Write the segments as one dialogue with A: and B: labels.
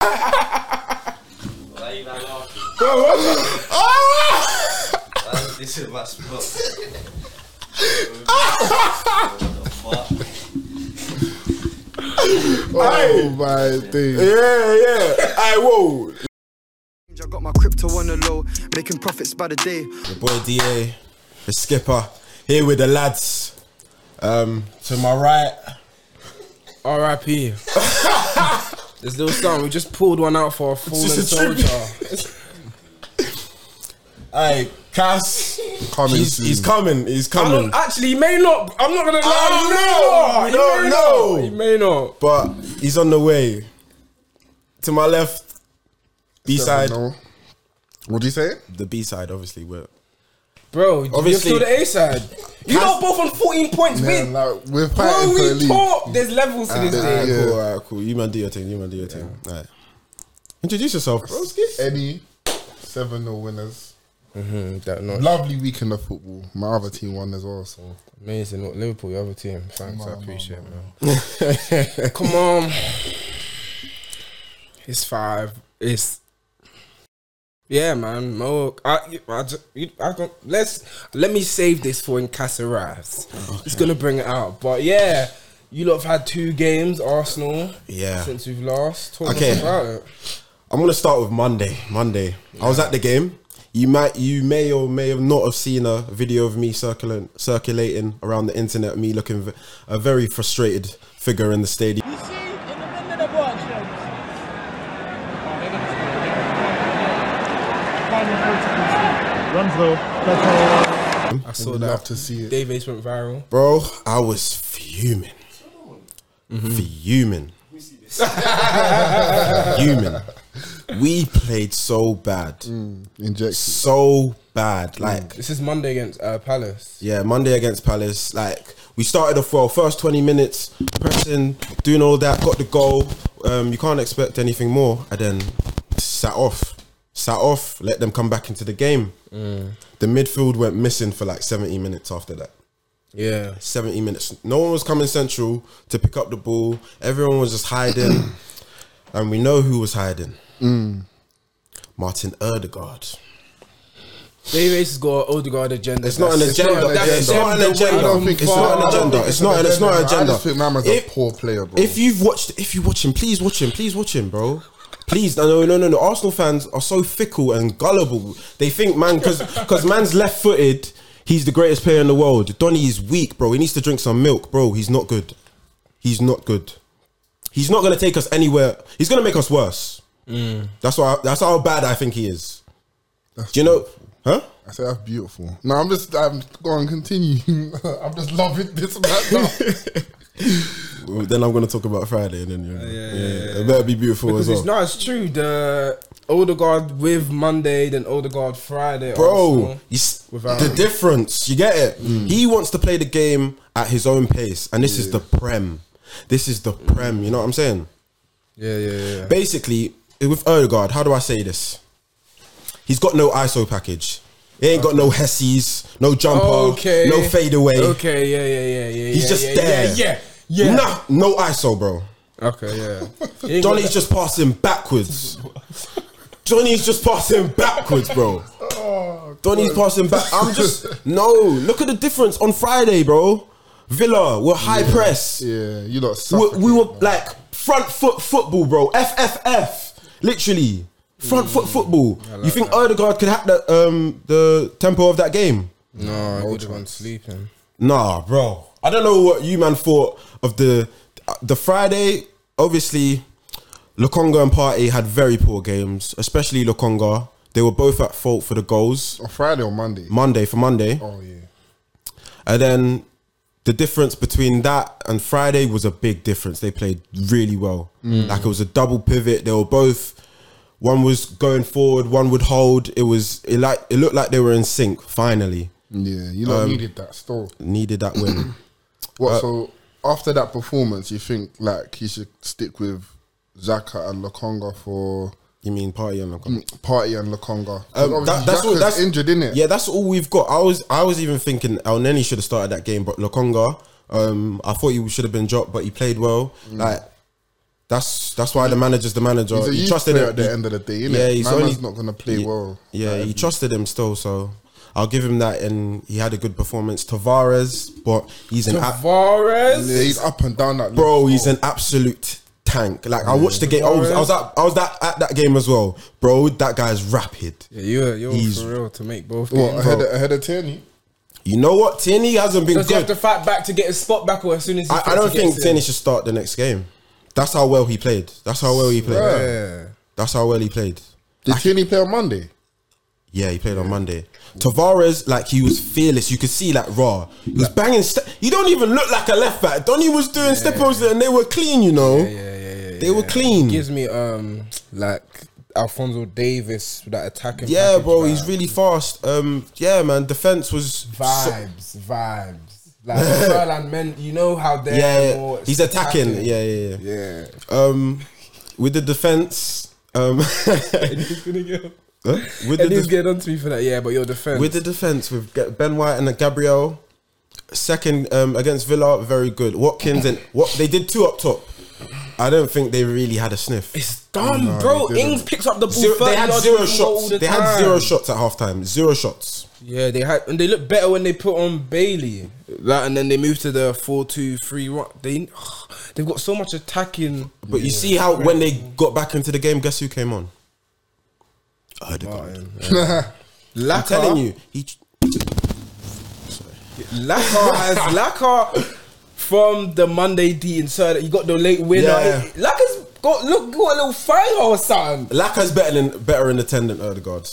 A: Bro, what the?
B: Oh,
C: This is my spot. What the fuck?
A: Hey.
B: Oh my
A: Yeah,
B: days.
A: yeah. Hey, whoa.
D: I got my crypto on the low, making profits by the day.
A: Your boy DA, the skipper, here with the lads. Um, to my right,
E: R.I.P. this little song, we just pulled one out for a fallen
A: just a tribute.
E: soldier.
A: hey, Cass.
B: Coming
A: He's,
B: soon.
A: he's coming. He's
E: I
A: coming.
E: don't- actually, he may not. I'm not gonna lie.
A: I
E: he
A: don't
E: may
A: know.
E: not, He may not.
A: But he's on the way. To my left, B side.
B: No. What'd you say?
A: The B side, obviously. We're
E: Bro,
A: Obviously-
E: you're still the A side. You
A: Has-
E: are both on 14 points.
B: Yeah,
E: Wait,
B: like, we're
E: bro,
B: fighting for a
E: we
B: league.
E: talk. There's levels to this
B: Uh,
E: thing.
B: yeah.
A: cool. Alright, cool. You man, do your thing. You man, do your thing. Alright. Introduce yourself, broski.
B: Any 7 0 winners.
E: Mm, that not
B: Lovely weekend of football. My other team won as well, so.
E: amazing. What Liverpool, your other team. Thanks,
B: on,
E: I appreciate it,
B: man.
E: man. Come on. It's five. It's yeah, man. Mo, I, I, ju- you- I don't, let's let me save this for when Cass arrives. It's gonna bring it out, but yeah, you lot have had two games, Arsenal.
A: Yeah.
E: since we've lost. Talk
A: Okay.
E: okay. about it.
A: I'm gonna start with Monday. Monday, I was at the game. You might, you may or may have not have seen a video of me circulating, circulating around the internet. Me looking v- a very frustrated figure in the stadium.
F: You see, in the middle of the box, Runs low. That's all.
E: I saw
B: We'd love
E: that.
B: to see it.
E: Dave Ace went viral.
A: Bro, I was fuming. Fuming. fuming. We played so bad.
B: Inject.
A: So bad. Like,
E: This is Monday against uh, Palace.
A: yeah, Monday against Palace. Like, we started off well. First 20 minutes, pressing, doing all that, got the goal. Um, you can't expect anything more. And then sat off. Sat off, let them come back into the game. The midfield went missing for like 70 minutes after that.
E: Yeah,
A: 70 minutes. No one was coming central to pick up the ball. Everyone was just hiding. and we know who was hiding. Martin Erdegaard.
E: Dave Ace has got an Odegaard agenda.
A: It's not an
E: That's-
A: agenda. It's not an
E: That's-
A: agenda.
B: I don't think
A: um, It's not an agenda. It's not. It's not an
B: I
A: agenda.
B: just think Mama's a
A: If-
B: poor player, bro.
A: If you've watched, if you watch him, please watch him. Please watch him, bro. Please, no, no, no, no. Arsenal fans are so fickle and gullible. They think man, because because man's left footed, he's the greatest player in the world. Donny is weak, bro. He needs to drink some milk, bro. He's not good. He's not good. He's not gonna take us anywhere. He's gonna make us worse. That's why. That's how bad I think he is.
B: That's
A: Do you know? Huh?
B: I said that's beautiful. No, I'm just I'm going to continue. I'm just loving this man now.
A: Well, then I'm gonna talk about Friday, and then yeah, yeah,
E: yeah,
A: it better be beautiful as
E: Because
A: well.
E: it's not it's true. The Odegaard with Monday, then Odegaard Friday.
A: bro.
E: Arsenal.
A: You s-
E: Without-
A: the difference, you get it. He wants to play the game at his own pace, and this is the prem. This is the prem. You know what I'm saying?
E: Yeah, yeah, yeah.
A: Basically, with Odegaard, how do I say this? He's got no ISO package. He ain't got no hessies, no jumper,
E: Okay.
A: no fadeaway.
E: Okay, yeah, yeah, yeah, yeah.
A: He's
E: yeah,
A: just
E: yeah,
A: there.
E: Yeah, yeah, yeah.
A: Nah, no ISO, bro.
E: Okay, yeah. He ain't got
A: Johnny's
E: that-
A: just passing backwards. Johnny's just passing backwards, bro.
B: Oh.
A: Donny's passing back. I'm just no. Look at the difference on Friday, bro. Villa were high press.
B: yeah, you lot
A: We,
B: suck.
A: we were like front foot football, bro. FFF, literally front
B: Mm.
A: foot football. you think Odegaard could have the um the tempo of that game?
E: No, Odegaard's sleeping.
A: Nah, bro. I don't know what you man thought of the the Friday. Obviously, Lokonga and Party had very poor games, especially Lokonga. They were both at fault for the goals.
B: on Friday or Monday.
A: Monday for Monday.
B: Oh yeah.
A: And then the difference between that and Friday was a big difference. They played really well.
B: Mm.
A: Like it was a double pivot. They were both one was going forward, one would hold. It was it like it looked like they were in sync finally.
B: Yeah, you
A: Um,
B: lot needed that still.
A: Needed that win.
B: What
A: Uh,
B: so after that performance you think like he should stick with Zaka and Lokonga for
A: you mean Party and Lokonga?
B: Party and Lokonga? 'Cause
A: Um,
B: Mm. obviously
A: that- that's what
B: Xhaka's
A: that's
B: injured, innit?
A: Yeah, that's all we've got. I was I was even thinking El Nenny should have started that game, but Lokonga, um, I thought he should have been dropped, but he played well. Like That's that's why the manager's the manager.
B: Mm. He's a
A: he
B: youth
A: trusted
B: player
A: him
B: at the end of the day, innit?
A: Yeah, he's
B: My
A: only-
B: man's not gonna play
A: Ye-
B: well.
A: Yeah,
B: Like,
A: he trusted him still, so I'll give him that. And he had a good performance. Tavares, but he's an ab-
E: Tavares.
B: yeah, he's up and down that
A: bro. He's an absolute tank. Like I watched the game. I was, I was at I was that at that game as well, bro. That guy's rapid.
E: Yeah, you're you're
A: He's-
E: for real to make both.
B: What
E: games.
B: ahead of, ahead of Tierney?
A: You know what? Tierney hasn't been
E: Does he have to
A: good.
E: fight back to get his spot back, or as soon as he
A: I, I
E: he
A: don't think
E: gets
A: Tierney
E: it?
A: should start the next game. That's how well he played. That's how well he played.
E: Yeah.
A: That's how well he played.
B: Did Tierney play on Monday?
A: Yeah, he played on Monday. Tavares, like he was fearless. You could see like raw. He was banging. Ste- you don't even look like a left back. Donny was doing step overs and they were clean. You know,
E: Yeah, yeah, yeah,
A: they
E: yeah.
A: were clean.
E: Gives me um like Alfonso Davis with that attacking.
A: yeah,
E: package
A: bro,
E: vibe.
A: he's really fast. Um, yeah, man, defense was so-
E: vibes, vibes. Like Furlan men, you know how they're
A: yeah,
E: more
A: he's attacking. Yeah, yeah, yeah.
E: yeah.
A: Um, with the defense, um,
E: And he's gonna get
A: huh? with the
E: and he's
A: def-
E: getting on to me for that. Yeah, but your defense.
A: with the defense with Ga- Ben White and Gabriel, second um, against Villa, very good. Watkins and what they did two up top. I don't think they really had a sniff.
E: it's dumb, bro.
B: he didn't.
E: Ings picks up the ball.
A: Zero- they
E: 30
A: had
E: yards
A: zero
E: from the goal all
A: shots.
E: the
A: They had
E: time.
A: zero shots at halftime. Zero shots.
E: Yeah, they had, and they look better when they put on Bailey. That, and then they moved to the four-two-three. What they they've got so much attacking.
A: But you see how when they got back into the game, guess who came on? Odegaard. I'm
E: Laka,
A: telling you, he
E: Laka has Laka from the Monday D insert. You got the late winner.
A: Yeah.
E: It- Laka's got look got a little fire or something.
A: Laka's better than better in attendant Odegaard.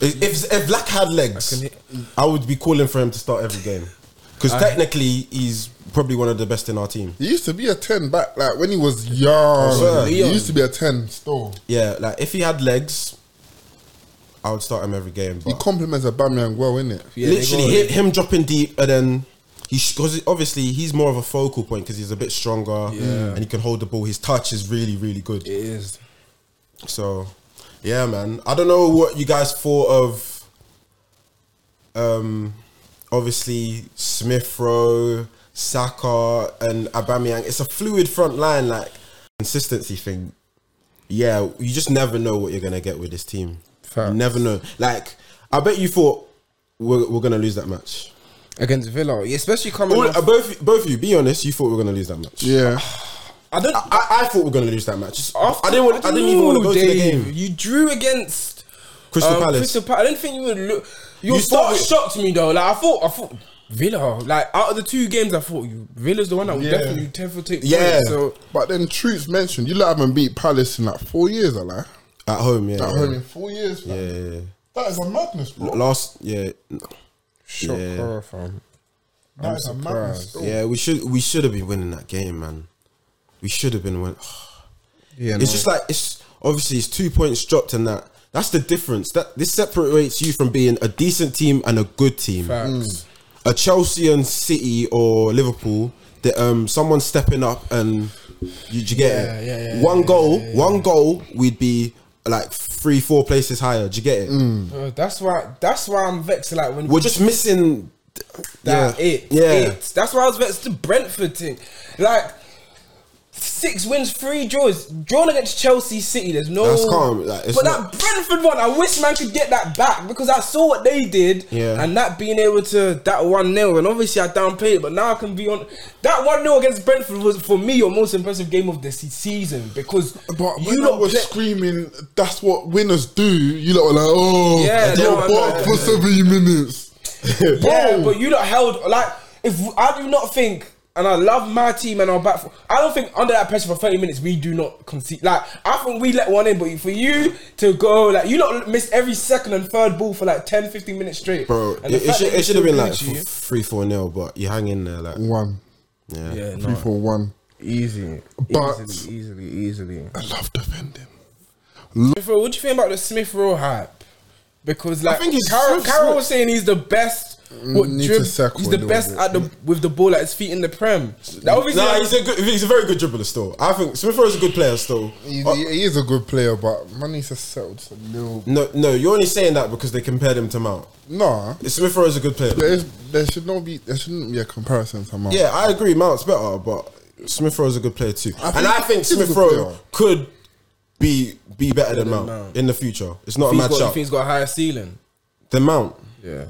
A: If if if Laka had
E: I
A: legs,
E: can hit-
A: I would be calling for him to start every game because technically he's probably one of the best in our team.
B: He used to be a ten back, like when he was young.
A: sure.
B: He used to be a ten still.
A: Yeah, like if he had legs, I would start him every game.
B: He
A: But
B: compliments Aubameyang well, innit?
E: Yeah, they
A: literally
E: got-
A: hit him dropping deep and then he because obviously he's more of a focal point because he's a bit stronger and he can hold the ball his touch is really really good
E: It is.
A: so yeah man i don't know what you guys thought of um obviously smith rowe saka and abamyang it's a fluid front line like consistency thing yeah you just never know what you're gonna get with this team you
E: Facts.
A: never know like i bet you thought we're, we're gonna lose that match
E: against Villa, especially coming.
A: all,
E: off-
A: uh, both both of you, be honest. You thought we were gonna lose that match.
B: Yeah.
E: I don't.
A: I, I thought we were gonna lose that match.
E: after-
A: I didn't want. I,
E: don't
A: didn't even want to
E: know,
A: go to the
E: Dave.
A: game.
E: You drew against
A: Crystal
E: um,
A: Palace.
E: Crystal Palace. I didn't think you would look. Your
A: You
E: start
A: thought it-
E: shocked me though. Like I thought, I thought Villa. Like out of the two games, I thought you Villa's the one that would
B: Yeah.
E: definitely definitely take.
A: Yeah.
E: points, so
B: But then Truth's mentioned, you lot haven't beat Palace in like four years, I like.
A: at home, yeah.
B: At home in four years,
A: yeah,
B: man.
A: yeah, yeah.
B: That is a madness, bro.
A: Last, yeah,
E: shock
A: Yeah.
E: horror, fam.
B: That is a madness. bro.
A: yeah. We should we should have been winning that game, man. We should have been winning.
E: Yeah,
A: It's just like it's obviously it's two points dropped and that. That's the difference. That this separates you from being a decent team and a good team.
E: Facts.
A: a Chelsea and City or Liverpool that um someone stepping up and you, you get
E: Yeah,
A: it.
E: yeah, yeah,
A: one
E: yeah,
A: goal, one goal, we'd be like three, four places higher. Do you get it?
E: Uh, that's why. That's why I'm vexed. Like when
A: We're just missing.
E: that
A: yeah,
E: it.
A: yeah.
E: it. That's why I was vexed. The Brentford thing, like six wins, three draws, drawn against Chelsea City. There's no.
A: That's calm, like, it's
E: but
A: not-
E: that Brentford one, I wish man could get that back because I saw what they did.
A: Yeah.
E: And that being able to that one 0 and obviously I downplayed it, but now I can be on that one 0 against Brentford was for me your most impressive game of the se- season because
B: But
E: you
B: you lot
E: not
B: were
E: play-
B: screaming, that's what winners do. You lot were like, oh,
E: Yeah,
B: you're
E: no, I
B: barked
E: know.
B: for 70 minutes.
E: Yeah,
B: Bro.
E: but you lot held like if I do not think, and I love my team and our back. Four, I don't think under that pressure for thirty minutes we do not concede. Like I think we let one in, but for you to go like you lot missed every second and third ball for like 10, 15 minutes straight,
A: Bro,
E: And the
A: it, it
E: fact
A: should,
E: that
A: it should have been like
E: beat you-
A: f- three, four nil, but you hang in there, like
B: One,
A: yeah.
E: yeah,
B: three,
E: no,
B: four, one.
E: easy,
B: But-
E: easily, easily, easily.
B: I love defending.
E: Smith Rowe, what do you think about the Smith Rowe hype? Because like
A: think he's
E: Carroll,
A: so-
E: Carroll was saying he's the best. What
B: need
E: drib-
B: to sack
E: he's the
B: one little
E: best
B: bit.
E: at the with the ball at his feet in the prem. That obviously
A: Nah, he's a good, he's a very good dribbler still. I think Smith Rowe is a good player still.
B: He,
A: Oh,
B: he is a good player, but man needs to settle just a little.
A: no, no, you're only saying that because they compared him to Mount.
B: Nah,
A: Smith Rowe is a good player.
B: there, is, there should not be there shouldn't be a comparison to Mount.
A: Yeah, I agree. Mount's better, but Smith Rowe's a good player too,
B: I
A: and
B: think
A: I think
B: he's a good
A: Smith Rowe
B: player.
A: could be be better than Mount,
E: Mount.
A: in the future. It's not a
E: He's got, if
A: matchup.
E: he's got a higher ceiling.
A: The Mount,
E: Yeah.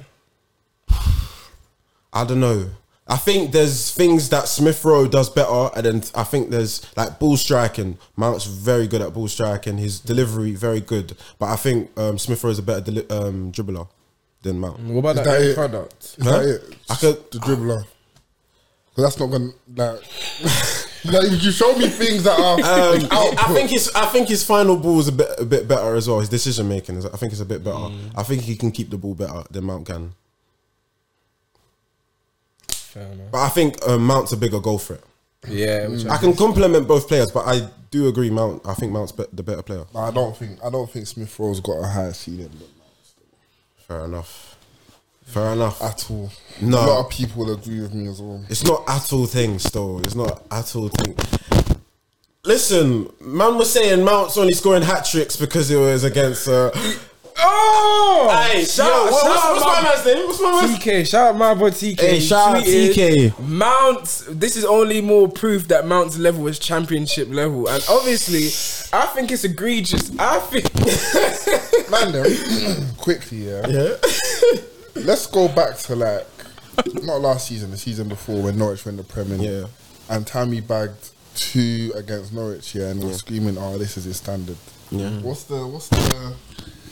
A: I don't know. I think there's things that Smith Rowe does better, and then I think there's like ball striking. Mount's very good at ball striking. His delivery very good, but I think um, Smith Rowe is a better deli- um, dribbler than Mount.
E: What about
B: Is
E: that,
B: that
E: end
B: it?
E: product?
B: Is
A: Huh?
B: that it?
A: I could-
B: the dribbler. 'Cause that's not gonna like. like you show me things that are
A: Um,
B: output.
A: I think his I think his final ball is a bit a bit better as well. His decision making is I think it's a bit better.
E: Mm.
A: I think he can keep the ball better than Mount can.
E: Fair enough.
A: But I think um, Mount's a bigger goal threat.
E: Yeah. Which
A: I can compliment both players, but I do agree Mount. I think Mount's be- the better player.
B: Nah, I don't think I don't think Smith Rowe's got a higher ceiling than that
A: Fair enough. Fair enough.
B: at all.
A: No.
B: a lot of people agree with me as well.
A: It's not at all things though. It's not at all thing. Listen, man was saying Mount's only scoring hat tricks because it was against. Uh,
E: oh!
A: hey,
E: shout,
A: yo, what-
E: shout
A: what's,
E: out
A: what's
E: my-
A: my man's name? What's my man's
E: TK, shout out my boy TK.
A: Hey, shout out
E: Tweeted,
A: TK.
E: Mount, this is only more proof that Mount's level is championship level. And obviously, I think it's egregious. I think.
B: Man, then, quickly, yeah.
A: Yeah.
B: Let's go back to like not last season, the season before when Norwich went the Premier.
A: Yeah.
B: and Tammy bagged two against Norwich. Yeah, and we we're screaming, "Oh, this is his standard." Yeah. What's the what's the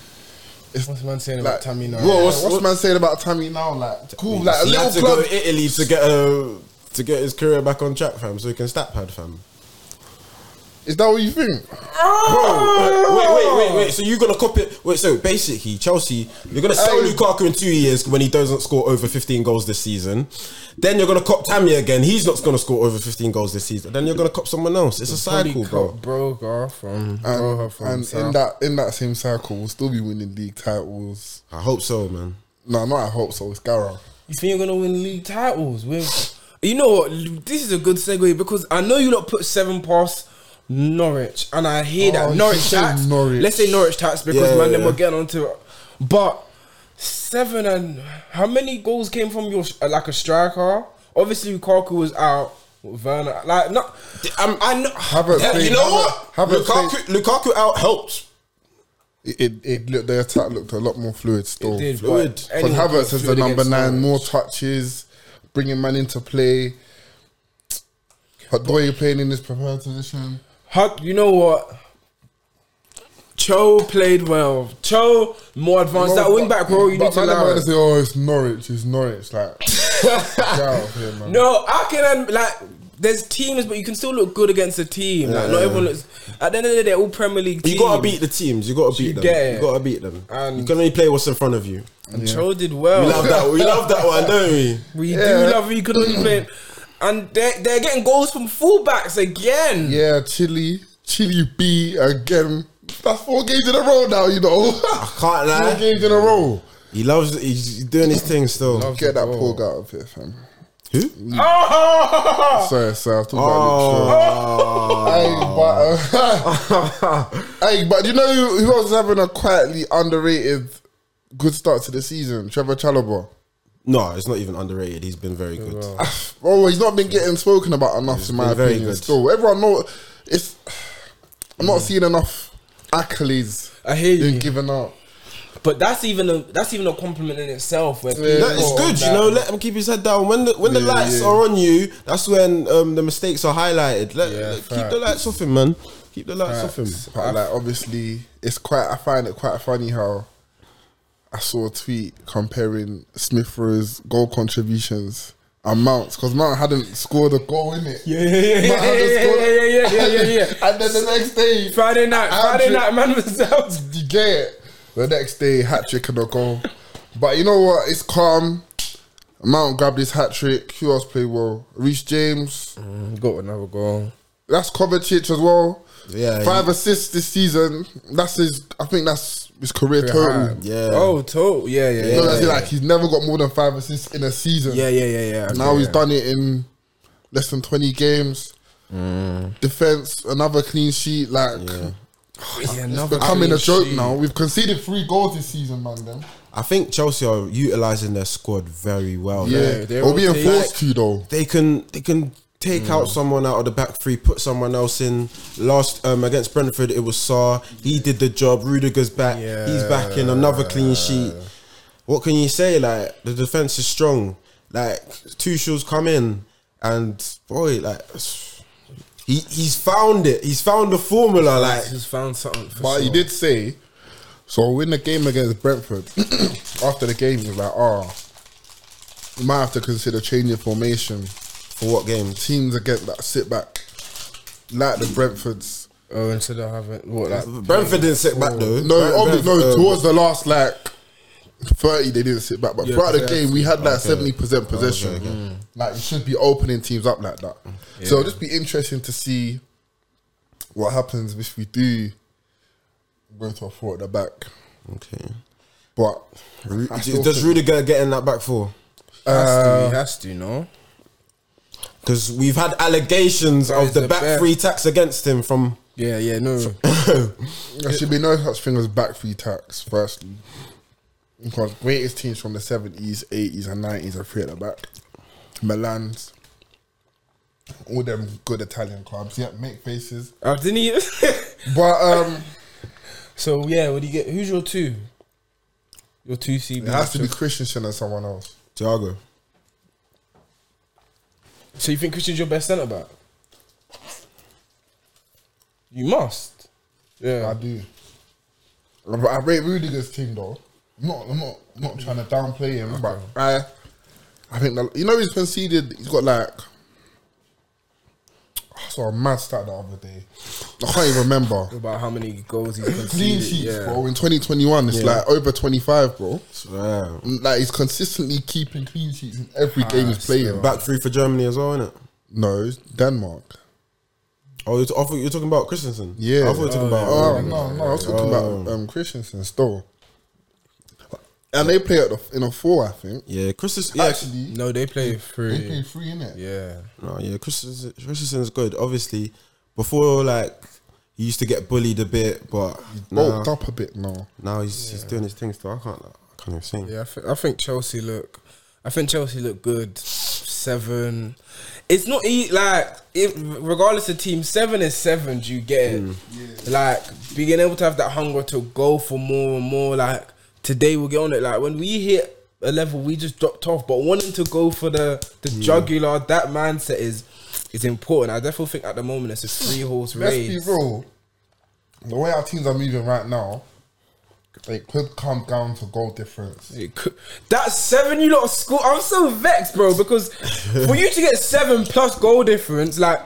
E: What's man saying
B: like
E: about Tammy now?
B: Whoa, what's,
A: Yeah,
B: what's
A: what-
B: man saying about Tammy now? Like, cool, like a
A: he
B: little
A: had to
B: club.
A: go to Italy to get a, to get his career back on track, fam, so he can stat pad, fam.
B: Is that what you think?
E: Oh!
A: Bro, wait, Oh, wait, wait, wait. So you're gonna copy? Wait, so basically, Chelsea, you're gonna sell
B: Hey.
A: Lukaku in two years when he doesn't score over 15 goals this season. Then you're gonna cop Tammy again. He's not gonna score over 15 goals this season. Then you're gonna cop someone else. It's a cycle, bro.
E: Broke off um, from. broke her
B: And,
E: from
B: and in
E: South.
B: that in that same cycle, we'll still be winning league titles.
A: I hope so, man.
B: No, not I hope so. It's Gara.
E: You think you're gonna win league titles with? You know what? Lu- This is a good segue because I know you lot put seven past Norwich, and I hear
B: Oh,
E: that
B: you
E: Norwich
B: should say
E: tats.
B: Norwich.
E: Let's say Norwich tats because
A: Yeah,
E: man,
A: yeah,
E: then
A: yeah.
E: we're getting onto. it. But seven and how many goals came from your uh, like a striker? Obviously, Lukaku was out. Werner, like not. I'm, I know.
B: Havertz
E: Yeah,
A: Yeah,
B: played-
A: you know what?
B: Havertz
A: Lukaku, Lukaku out helps.
B: It, it, it looked their attack looked a lot more fluid still.
E: did, but
A: Fluid.
B: Because
E: anyone got
B: Havertz is the
E: fluid
B: number
E: against
B: nine,
E: Norwich.
B: more touches, bringing man into play. But Doyle playing in this prepared position.
E: How, you know what? Cho played well. Cho more advanced. that wing back role you
B: But
E: need to
B: man,
E: allow.
B: man
E: it.
B: say, oh, it's Norwich, it's Norwich. Like, get out of here, man.
E: No, I can um, like. There's teams, but you can still look good against a team. like not everyone looks. At the end of the day, they're all Premier League.
A: You
E: teams.
A: gotta beat the teams. You gotta beat them.
E: get
A: You
E: it.
A: gotta beat them.
E: And-
A: you can only play what's in front of you.
E: And Cho did well.
A: We love that. We love that one, don't we?
E: We do love. You could only play. And they're, they're getting goals from fullbacks again.
B: Yeah, Chile, Chile B again. That's four games in a row now, you know.
A: I can't
E: Ah.
B: four
A: lie.
B: games in a row.
A: He loves. He's doing his thing still.
B: Get that poor guy out of here, fam.
A: Who?
E: Oh!
B: Sorry, sorry. I was talking
A: Oh.
B: about Luke Shaw. Hey, but, uh, hey, but you know who, who else is having a quietly underrated good start to the season? Trevor Chalobah.
A: No, it's not even underrated. He's been very good.
B: Oh, he's not been getting spoken about enough, in my
A: been very
B: opinion.
A: good.
B: Still, everyone know it's. I'm not seeing enough accolades
E: I hear
B: being
E: you,
B: given out.
E: but that's even a that's even a compliment in itself. Where
A: No,
E: people
A: it's good, you
E: are
A: know.
E: like-
A: Let him keep his head down. When the when the
B: Yeah,
A: lights
B: yeah.
A: are on you, that's when um, the mistakes are highlighted. Let,
B: Yeah,
A: let- keep
B: facts.
A: the lights off him, man. Keep the lights off him.
B: But like, obviously, it's quite. I find it quite funny how I saw a tweet comparing Smith Rowe's goal contributions and Mount's because Mount hadn't scored a goal in it.
E: Yeah, yeah, yeah, yeah,
B: Mount hadn't
E: yeah,
B: scored-
E: yeah, yeah, yeah, yeah, yeah, yeah.
B: And then the next day,
E: Friday night, Friday
B: Andrew-
E: night, man was out.
B: you get it. The next day, hat trick and a goal. But you know what? It's calm. Mount grabbed his hat trick. Who else played well? Reece James.
E: Got another goal.
B: That's Kovacic as well.
A: Yeah,
B: Five
A: he-
B: assists this season. That's his. I think that's his career total.
A: Yeah.
E: Oh, total. Yeah, yeah, yeah.
B: No, that's it,
E: yeah.
B: like he's never got more than five assists in a season.
E: Yeah, yeah, yeah, yeah.
B: Now
E: yeah.
B: he's done it in less than twenty games. Defense, another clean sheet. Like
E: Yeah,
B: it's
E: another
B: becoming a
E: clean
B: joke
E: sheet.
B: now. We've conceded three goals this season, man. Then
A: I think Chelsea are utilizing their squad very well.
B: yeah,
A: Like,
E: they're
B: we're being
E: rotating.
B: forced to though.
A: they can they can take out
B: Mm.
A: someone out of the back three, put someone else in. Last um, against Brentford, it was Saar. He did the job. Rudiger's back. He's back in another clean sheet. What can you say? Like the defense is strong. Like Tuchel's come in, and boy, like he he's found it. He's found the formula. Like
E: He's found something. For
B: But he
E: sure.
B: did say, so in the game against Brentford, after the game, he was like, oh, we might have to consider changing formation.
A: for what games?
B: Teams against that sit back, like the Brentfords.
E: Oh, instead of having what like
A: Brentford didn't sit back though.
B: No,
A: Brent-
B: obvi- no
A: Brentford-
B: towards the last, like, 30, they didn't sit back. But
E: Yeah,
B: throughout the
E: yeah.
B: game, we had like 70% possession. Like, you should be opening teams up like that. So it'll just be interesting to see what happens if we do go to a four at the back.
A: Okay.
B: But
A: Ru-
B: I still
A: um, Does
B: think-
A: Rudiger get in that back four?
E: uh, has to, he has to, no.
A: Because we've had allegations
E: That
A: of
E: is
A: the
E: the
A: back
E: best.
A: three tax against him from.
E: Yeah, yeah, no.
B: There should be no such thing as back three tax, firstly. Because greatest teams from the 70s, 80s, and 90s are free at the back. Milan's, all them good Italian clubs. Yeah, make faces.
E: Oh, didn't he?
B: But um,
E: so yeah, what do you get? Who's your two? Your two CB.
B: it has to be Christensen and someone else.
A: Thiago.
E: So you think Christian's your best centre back? You must.
B: I
E: Yeah.
B: do. But I rate Rudiger's team, though. I'm not, I'm not, I'm not trying to downplay him, but I, I think, that, you know, he's conceded, he's got like, I saw a mad stat the other day. I can't even remember.
E: About how many goals he's
B: clean
E: conceded.
B: sheets,
E: yeah.
B: bro. In 2021, it's like over 25, bro.
A: Yeah.
B: Like he's consistently keeping clean sheets in every game he's playing.
A: Back three for Germany as well, innit?
B: no, it's Denmark.
A: Oh, you're, t- I thought you were talking about Christensen.
B: Yeah.
A: I thought you were talking about. uh, Oh.
B: Oh no, no, I was talking about um, Christensen still. And they play at the, in a four, I think.
A: Yeah, Christensen. Yeah,
B: Actually,
E: No, they play
B: they play
E: three.
B: three in it.
E: Yeah.
A: no, yeah, Christensen, Christensen's good. Obviously, before like he used to get bullied a bit, but now,
B: Bulked up a bit now.
A: now he's, he's doing his thing still. I can't. I can't even sing.
E: Yeah, I, thi- I think Chelsea look. I think Chelsea look good. Seven. It's not e- like if, regardless of team seven is seven. Do you get it? Like being able to have that hunger to go for more and more. Like today we'll get on it. Like when we hit a level, we just dropped off. But wanting to go for the the jugular, that mindset is is important. I definitely think at the moment it's a three horse
B: Let's
E: race.
B: be real. The way our teams are moving right now, they could come down to goal difference.
E: It could- That seven you lot of score. I'm so vexed, bro, because for you to get seven plus goal difference, like,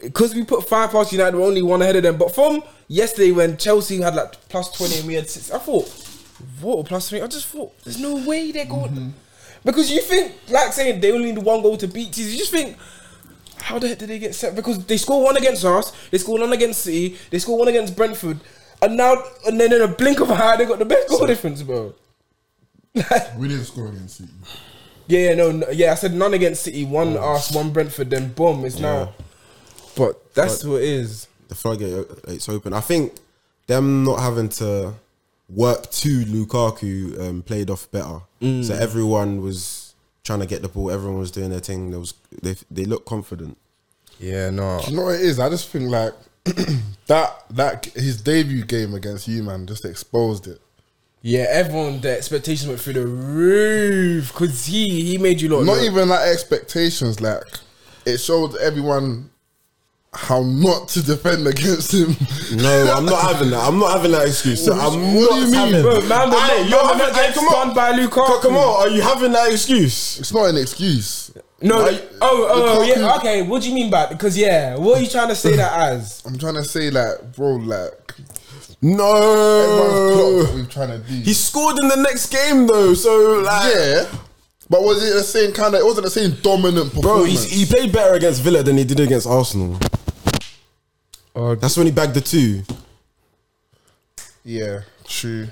E: because we put five past United, we're only one ahead of them. But from yesterday when Chelsea had like plus 20 and we had six, I thought, what, plus three? I just thought, there's no way they're going. Because you think, like saying they only need one goal to beat teams, you just think, how the heck did they get set? Because they score one against us, they score one against City, they score one against Brentford, and now, and then in a blink of an eye, they got the best goal difference, bro.
B: We didn't score against City.
E: Yeah, yeah, no, no, yeah. I said none against City, one
A: Oh.
E: arse, one Brentford, then boom, it's now. But that's what it is.
A: the floodgate it's open. I think them not having to work to Lukaku um, played off better. So everyone was trying to get the ball. Everyone was doing their thing. There was they they looked confident.
E: Yeah, no.
B: You know what it is? I just think like that that his debut game against you, man, just exposed it.
E: Yeah, everyone, the expectations went through the roof because he he made you look.
B: Not even like expectations, like it showed everyone how not to defend against him.
A: No, I'm not having that. I'm not having that excuse. So
B: What-
A: I'm
B: what do
A: not
B: you mean?
A: having.
E: Bro, man, but
A: Aye, you're
E: look, man,
A: having-
E: man,
A: aye,
E: gets
A: come on.
E: stunned by Lukaku.
A: Come on, are you having that excuse?
B: It's not an excuse.
E: No.
B: Like,
E: oh, oh,
B: Lukaku-
E: yeah. Okay, what do you mean by? Because yeah, what are you trying to say that as?
B: I'm trying to say like, bro, like everyone's clocked what
A: No,
B: we're trying to do.
A: he scored in the next game though. So like,
B: yeah. But was it the same kind of? It wasn't the same dominant performance.
A: bro, he's, he played better against Villa than he did against Arsenal.
E: Oh,
A: That's when he bagged the two.
B: yeah, true.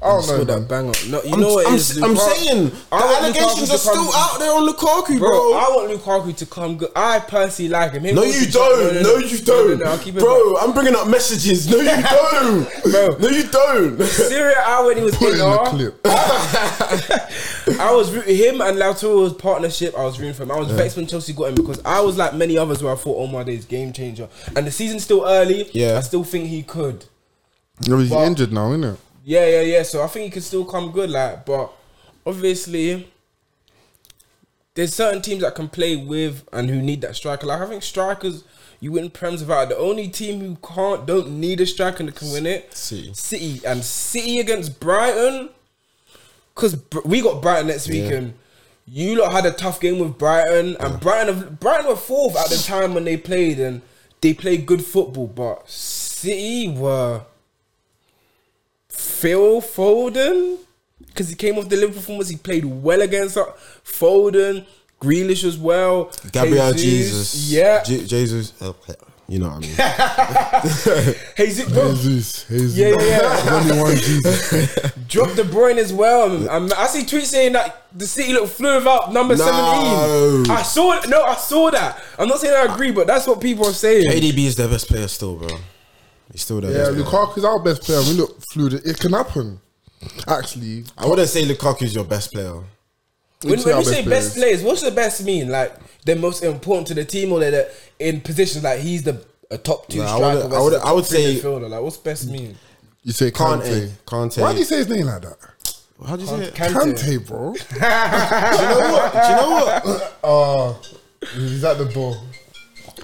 B: I
E: Scored
B: don't know.
E: that
B: man.
E: banger. No, you
A: I'm,
E: know what
A: I'm,
E: it is,
A: I'm
E: Lukaku-
A: saying the
E: I want
A: allegations
E: Lukaku
A: are
E: to come-
A: still out there on Lukaku, bro.
E: Bro, I want Lukaku to come good. I personally like him. Him
A: no,
E: going
A: you
E: to-
A: don't. No, you don't,
E: no, I'll keep it
A: bro. I'm bringing up messages. No, you don't,
E: Bro.
A: No, you don't.
E: Syria out when he was
B: Put it in the
E: in
B: clip.
E: I was rooting him and Lautoro's partnership. I was rooting for him. I was vexed when Chelsea got him because I was like many others where I thought, "Oh my days, game changer." And the season's still early.
A: Yeah.
E: I still think he could.
B: No, he's
E: But-
B: injured now, isn't it?
E: Yeah, yeah, yeah. So I think he could still come good, like. But obviously, there's certain teams that can play with and who need that striker. Like I think strikers, you win prems without. The only team who can't don't need a striker that can win it.
A: City.
E: City and City against Brighton, because we got Brighton next weekend. You lot had a tough game with Brighton, and Brighton have, Brighton were fourth at the time when they played, and they played good football. But City were. Phil Foden because he came off the Liverpool performance. He played well against uh, Foden, Grealish as well.
A: Gabriel Jesus,
E: yeah,
A: Je- Jesus. uh, You know what I mean?
E: Jesus, bro,
B: Jesus, Jesus.
E: yeah, yeah, yeah.
B: There's only one Jesus.
E: Drop De Bruyne as well. I'm- I'm- i see tweets saying that the City look flew without number
A: No.
E: seventeen. I saw it. No, I saw that. I'm not saying I agree, but that's what people are saying.
A: ADB is their best player still, bro. He's still their
B: Yeah,
A: best player.
B: Lukaku's our best player. We look fluid. It can happen. Actually,
A: I wouldn't say Lukaku's your best player.
E: When,
B: We'd
E: when
B: say our
E: you
B: best
E: say best
B: players.
E: players, what's the best mean? Like they're most important to the team, or they're the- in positions like he's the a top two
A: Nah, I wouldn't- I
E: striker. versus
A: wouldn't-
E: a
A: I would
E: top three
A: say-
E: midfielder? like what's best mean?
B: you say Kante.
A: Kante, Kante.
B: Why do you say his name like that?
A: How do you say it?
E: Kante.
B: Kante, bro.
A: Do you know what? Do you know what?
B: Oh, he's at the ball.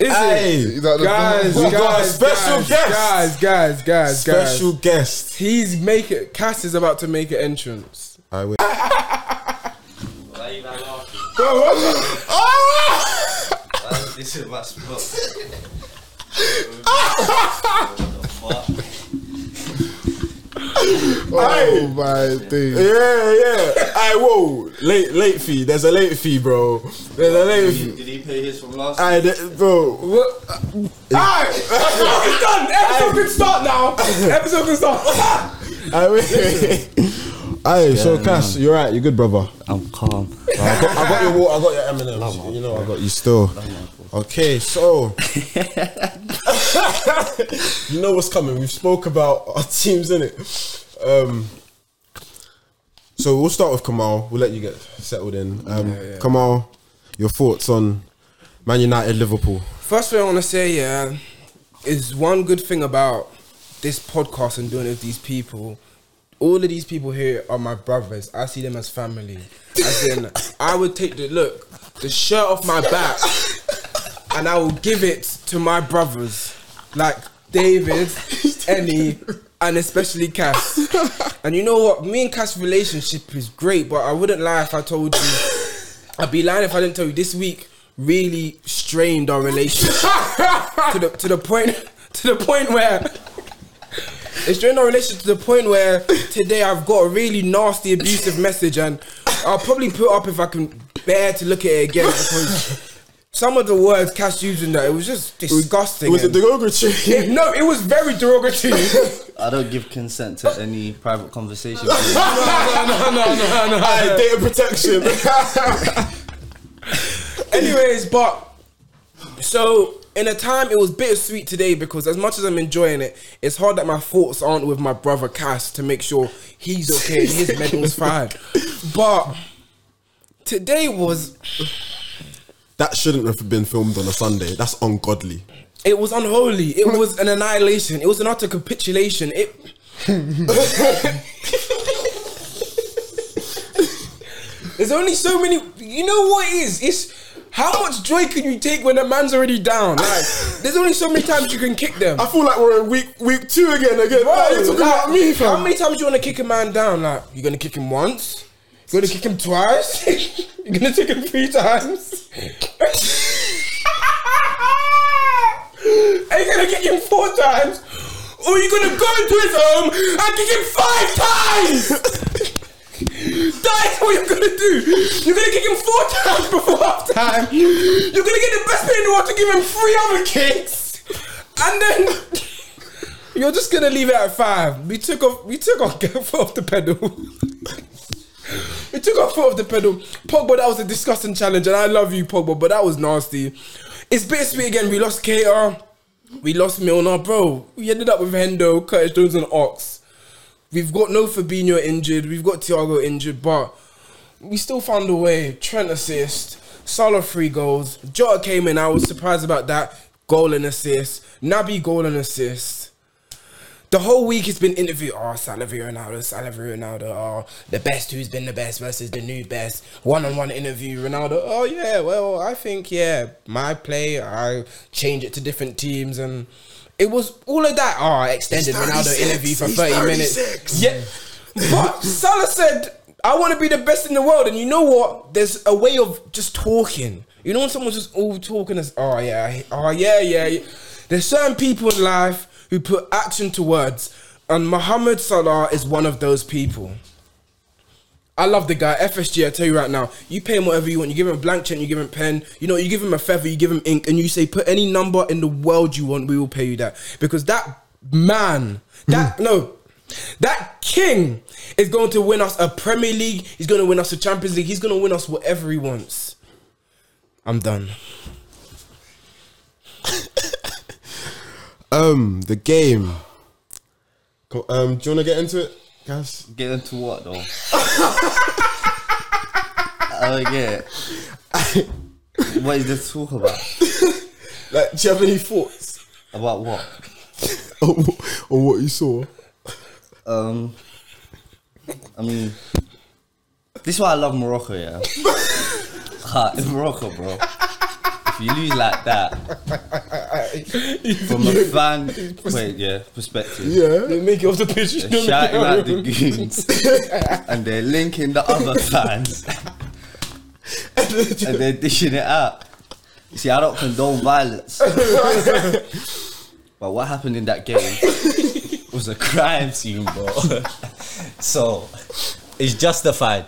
E: Is
A: Hey,
E: it?
B: He's at the
E: Guys,
B: ball. Oh,
A: We
E: guys,
A: got a special
E: guys,
A: guest.
E: Guys, guys, guys,
A: Special
E: guys.
A: guest.
E: He's making. Cass is about to make an entrance.
A: I will.
C: Why you not laughing? Why- This is my spot. What the fuck?
B: Oh my days.
A: Yeah, yeah. I whoa. Late, late fee. There's a late fee, bro. There's a late fee.
C: Did he pay his from last
A: I bro.
E: What? Alright, it's done. Episode can start now. Episode can start.
A: I Hey, so Cass, you're right. You're good, brother.
G: I'm calm.
A: I got, I got your water. I got your M&Ms. you know, I got you still. Okay, so you know what's coming. We've spoke about our teams in it. Um, so we'll start with Kamal. We'll let you get settled in. Um, Kamal, your thoughts on Man United, Liverpool?
E: First thing I want to say, yeah, is one good thing about this podcast and doing it with these people. All of these people here are my brothers. I see them as family. As in, I would take the look, the shirt off my back, and I will give it to my brothers, like David, Enny, and especially Cass. And you know what? Me and Cass' relationship is great, but I wouldn't lie if I told you. I'd be lying if I didn't tell you. This week really strained our relationship to the to the point to the point where. It's strained our relationship to the point where today I've got a really nasty abusive message and I'll probably put up if I can bear to look at it again because some of the words Cass used in that it was just disgusting.
A: Was it
E: and-
A: the Gogochi?
E: it- no, it was very derogatory.
G: I don't give consent to any private conversation.
E: no, no, no, no, no.
A: Aye, data protection.
E: Anyways, but so in a time it was bittersweet today because as much as I'm enjoying it, it's hard that my thoughts aren't with my brother Cass to make sure he's okay and his medal's fine. But today was
A: that shouldn't have been filmed on a Sunday. That's ungodly.
E: it was unholy. It was an annihilation. It was an utter capitulation. It There's only so many. You know what it is? It's how much joy can you take when a man's already down? Like, there's only so many times you can kick them.
A: I feel like we're in week week two again. Again,
E: Bro,
A: Why are you talking
E: like,
A: about me, fam?
E: How many times you want to kick a man down? Like, you're gonna kick him once. You're gonna kick him twice. you're gonna kick him three times. Are you gonna kick him four times? Or are you gonna go into his home and kick him five times? That's what you're gonna do. You're gonna kick him four times before half time. You're gonna get the best player in the world to give him three other kicks, and then You're just gonna leave it at five. We took off. We took off foot off the pedal. we took our foot off the pedal. Pogba, that was a disgusting challenge, and I love you, Pogba, but that was nasty. It's bittersweet again. We lost Kater. We lost Milner, bro. We ended up with Hendo, Curtis Jones, and Ox. We've got no Fabinho injured. We've got Thiago injured, but we still found a way. Trent assist, Salah three goals. Jota came in. I was surprised about that goal and assist. Naby goal and assist. The whole week has been interview. Oh, Salivary Ronaldo, Salivary Ronaldo. Oh, the best who's been the best versus the new best. One on one interview, Ronaldo. Oh, yeah, well, I think, yeah, my play, I change it to different teams. And it was all of that. Oh, extended Ronaldo interview for 30 minutes. Yeah. But Salah said, I want to be the best in the world. And you know what? There's a way of just talking. You know when someone's just all talking as, oh yeah, I- oh yeah, yeah. yeah." There's certain people in life who put action to words. And Mohamed Salah is one of those people. I love the guy. FSG, I tell you right now, you pay him whatever you want. You give him a blank check, you give him a pen, you know, you give him a feather, you give him ink, and you say, put any number in the world you want, we will pay you that. Because that man,
G: Hmm.
E: that, no, that king is going to win us a Premier League. He's going to win us a Champions League. He's going to win us whatever he wants. I'm done.
A: Um, the game. Go- Um, do you want to get into it, guys?
G: Get into what though? I don't get it. What is this talk about?
A: Like, do you have any thoughts
G: About what?
A: on, wh- on what you saw?
G: Um, I mean, this is why I love Morocco, yeah. Ha, it's Morocco, bro. If you lose like that, from a fan, wait, yeah, perspective,
A: Yeah.
E: They make it off the pitch. you
G: they're
E: know,
G: shouting
E: like-
G: at the goons, and they're linking the other fans, and they're dishing it out. You see, I don't condone violence, but what happened in that game was a crime scene, bro. so it's justified.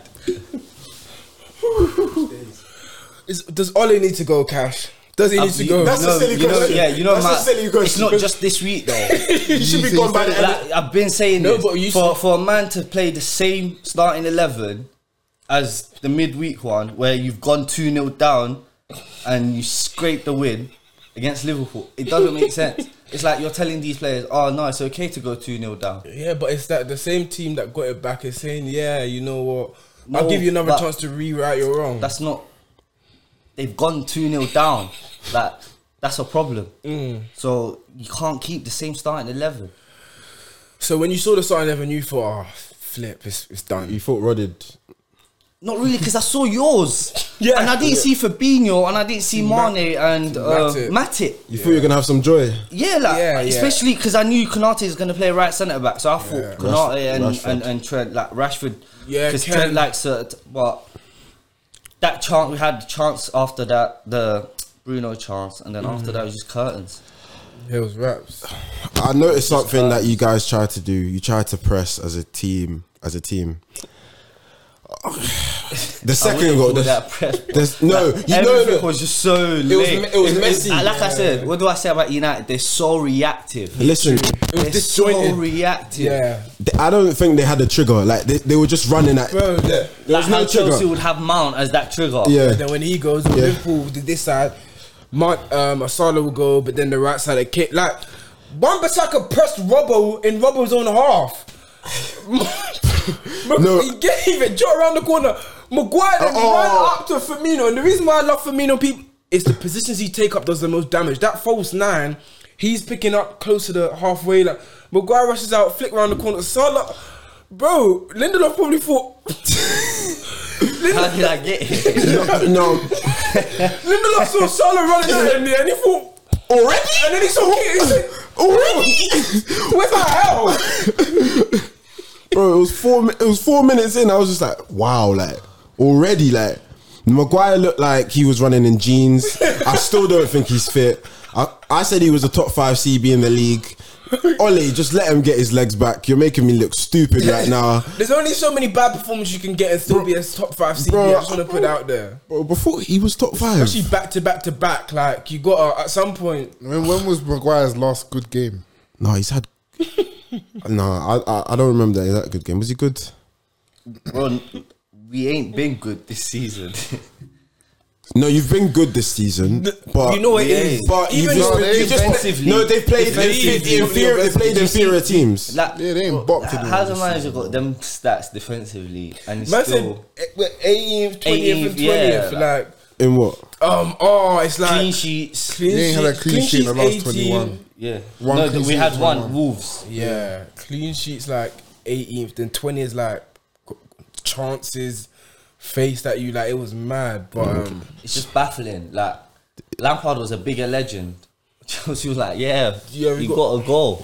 E: Is- Does Ole need to go, Cash? Does he need to
G: Uh, You-
E: go?
A: That's a
G: you know-
A: silly
G: you know-
A: question.
G: yeah, you know,
A: That's a
G: Matt,
A: silly
G: It's
A: question.
G: not just this week though.
A: You should be gone by the end.
G: Like, I've been saying
E: No,
G: this.
E: but you
G: for for a man to play the same starting eleven as the midweek one, where you've gone two 0 down and you scrape the win against Liverpool, it doesn't make sense. It's like you're telling these players, "Oh no, it's okay to go two 0 down."
E: Yeah, but it's that the same team that got it back is saying, yeah, you know what? I'll
G: No,
E: give you another
G: but-
E: chance to rewrite your wrong.
G: That's not. They've gone two 0 down. Like that's a problem.
E: Mm.
G: So you can't keep the same starting eleven.
E: so when you saw the starting eleven, you thought, oh, flip, it's, it's done.
A: You thought Rodded.
G: Not really, because I saw yours.
E: Yeah.
G: And I didn't see Fabinho, and I didn't see Mane and uh,
E: Matic.
G: Matic.
A: You thought you were gonna have some joy.
G: Yeah, like
E: Yeah, yeah.
G: especially because I knew Konate is going to play right centre back, so I thought Konate and,
A: Rashford.
G: and and Trent like Rashford.
E: Yeah,
G: because
E: Ken.
G: Trent likes it, but that chance we had the chance after that the Bruno chance, and then
A: Mm.
G: after that it was just curtains.
E: It was raps.
A: I noticed something that you guys tried to do. You tried to press as a team. As a team. The
G: wouldn't
A: second goal.
G: call
A: The,
G: that press, bro.
A: the- no, you know
G: Everything
A: that.
G: was just so
A: it was
G: late.
A: me- it was messy.
G: like I said, what do I say about United? They're so reactive.
A: Listen,
E: was
G: They're
E: disjointed.
G: so reactive.
E: Yeah,
A: th- I don't think they had a trigger. Like they, they were just running at.
E: bro. the-
A: There was
G: Like how
A: no
G: Chelsea
A: trigger.
G: would have Mount as that trigger.
A: Yeah.
E: Then when he goes, Liverpool did this side. Mont, um, Asala will go, but then the right side of kick. Like Wan Bissaka pressed Robbo in Robbo's own half.
A: No.
E: He gave it Joe around the corner. Maguire then
A: Oh.
E: ran up to Firmino, and the reason why I love Firmino people is the positions he take up does the most damage. That false nine, he's picking up close to the halfway. Like Maguire rushes out, flick round the corner. Salah, bro, Lindelof probably thought.
G: How
E: Lindelof,
G: did I get here?
A: No,
E: Lindelof saw Salah running out in there and he thought, already? And then he saw Keane and he said, already? Where the hell?
A: bro, it was four. mi- It was four minutes in. I was just like, wow, like already, like Maguire looked like he was running in jeans. I still don't think he's fit. I, I said he was a top five CB in the league. Ollie, just let him get his legs back. You're making me look stupid right now,
E: There's only so many bad performances you can get and still be a top five CB.
A: Bro,
E: I just want to put it out there.
A: bro. Before he was top five.
E: Especially back to back to back. Like, you gotta, at some point,
B: When, when was Maguire's last good game?
A: No, he's had Nah, I, I I don't remember that exact good game. Was he good?
G: Bro, we ain't been good this season.
A: No, you've been good this season, but
E: you know what it is.
A: But
E: Even
A: you've
E: though
A: just,
B: they
A: you just
G: defensively-
A: no, they played
E: defensively-
A: inferior. They played inferior teams.
G: Like,
B: Yeah, they ain't
G: bro,
B: bopped
G: like,
B: anyone
G: How's a
B: this
G: manager got them stats defensively and he's
E: Man said
G: still
E: eh, we're 18th, 20th, and
G: 18th, yeah,
E: 20th. like,
A: In what?
E: um, oh, it's like
G: clean sheets?
E: clean
B: You ain't had a
E: sheet-
B: clean sheet in the last
E: 18.
B: 21.
G: yeah,
B: One
G: no,
B: clean
G: we
B: sheet
G: had
B: is
G: one,
B: one.
G: Wolves.
E: Yeah. clean sheets like 18th, then 20 is like g- chances faced at you. Like it was mad, but um,
G: It's just baffling. Like Lampard was a bigger legend. Chelsea was like, yeah,
E: Yeah, we
G: you
E: got-
G: got, a goal.